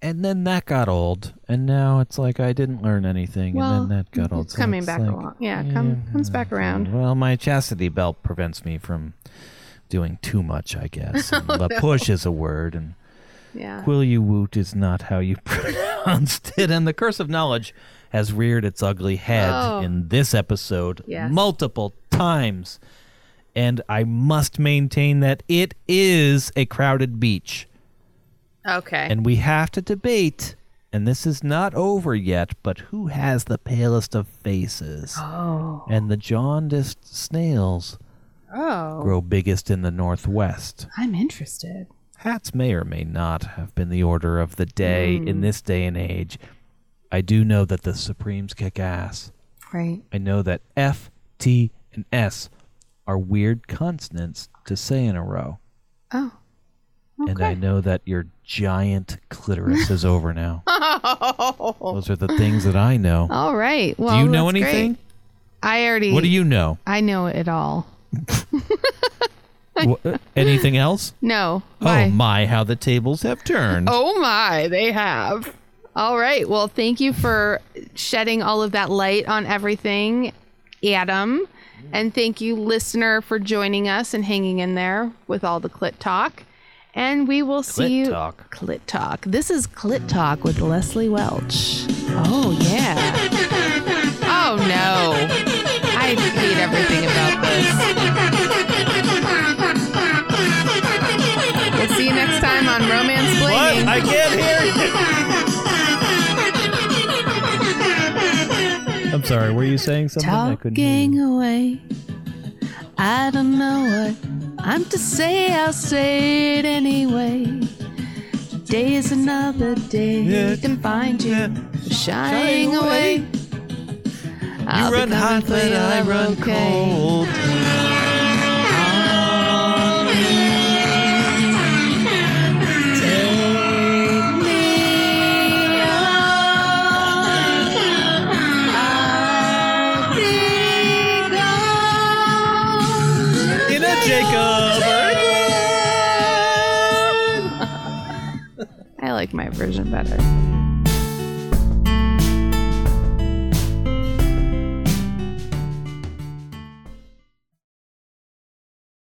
S2: and then that got old, and now it's like I didn't learn anything,
S1: Well,
S2: and then that got old.
S1: It's
S2: so
S1: coming back
S2: like,
S1: along. Yeah, come, comes back around.
S2: Well, my chastity belt prevents me from doing too much, I guess.
S1: Oh,
S2: And the push is a word, and
S1: Yeah.
S2: quill you woot is not how you pronounced it. And the curse of knowledge has reared its ugly head
S1: Oh.
S2: in this episode
S1: Yes.
S2: multiple times. And I must maintain that it is a crowded beach.
S1: Okay.
S2: And we have to debate, and this is not over yet, but who has the palest of faces?
S1: Oh.
S2: And the jaundiced snails
S1: Oh.
S2: grow biggest in the northwest.
S1: I'm interested.
S2: Hats may or may not have been the order of the day
S1: Hmm.
S2: in this day and age. I do know that the Supremes kick ass.
S1: Right.
S2: I know that F, T, and S are weird consonants to say in a row.
S1: Oh.
S2: And I know that your giant clitoris is over now. Those are the things that I know.
S1: All right. Oh. Well,
S2: do you know
S1: that's great.
S2: anything?
S1: I already.
S2: What do you know?
S1: I know it all.
S2: Wha- anything else?
S1: No.
S2: Oh
S1: Why?
S2: my, how the tables have turned.
S1: Oh my! They have. All right. Well, thank you for shedding all of that light on everything, Adam, and thank you, listener, for joining us and hanging in there with all the clit talk. And we will
S2: Clit
S1: see you.
S2: talk.
S1: Clit talk. This is Clit Talk with Leslie Welch. Oh yeah. Oh no. I hate everything about this. We'll see you next time on Romance Blaming.
S2: can't hear you. I'm sorry, were you saying something? I couldn't hear
S1: Talking
S2: you.
S1: away. I don't know what I'm to say. I'll say it anyway. Today is another day.
S2: Yeah.
S1: Can find you
S2: Yeah.
S1: shining away. I'll
S2: you run
S1: be coming
S2: hot,
S1: for
S2: but
S1: you,
S2: I
S1: I'm
S2: run
S1: okay.
S2: cold. In a Jacob.
S1: I like my version better.